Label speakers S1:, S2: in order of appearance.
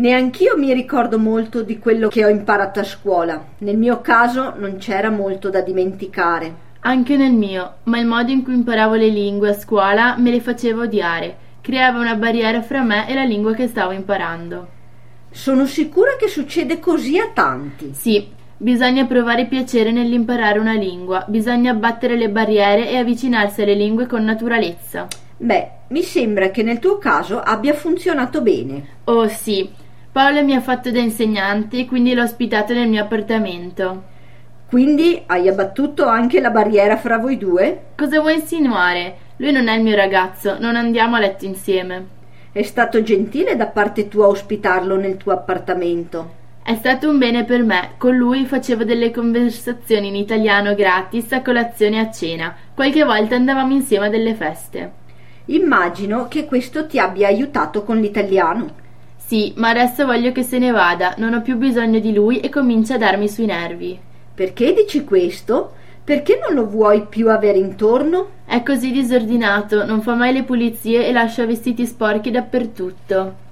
S1: Neanch'io mi ricordo molto di quello che ho imparato a scuola. Nel mio caso non c'era molto da dimenticare.
S2: Anche nel mio, ma il modo in cui imparavo le lingue a scuola me le faceva odiare, creava una barriera fra me e la lingua che stavo imparando.
S1: Sono sicura che succede così a tanti.
S2: Sì, bisogna provare piacere nell'imparare una lingua, bisogna abbattere le barriere e avvicinarsi alle lingue con naturalezza.
S1: Beh, mi sembra che nel tuo caso abbia funzionato bene.
S2: Oh sì, Paolo mi ha fatto da insegnante, quindi l'ho ospitato nel mio appartamento.
S1: Quindi hai abbattuto anche la barriera fra voi due?
S2: Cosa vuoi insinuare? Lui non è il mio ragazzo, non andiamo a letto insieme.
S1: È stato gentile da parte tua ospitarlo nel tuo appartamento.
S2: È stato un bene per me, con lui facevo delle conversazioni in italiano gratis a colazione e a cena, qualche volta andavamo insieme a delle feste.
S1: Immagino che questo ti abbia aiutato con l'italiano.
S2: Sì, ma adesso voglio che se ne vada, non ho più bisogno di lui e comincia a darmi sui nervi.
S1: Perché dici questo? Perché non lo vuoi più avere intorno?
S2: È così disordinato, non fa mai le pulizie e lascia vestiti sporchi dappertutto.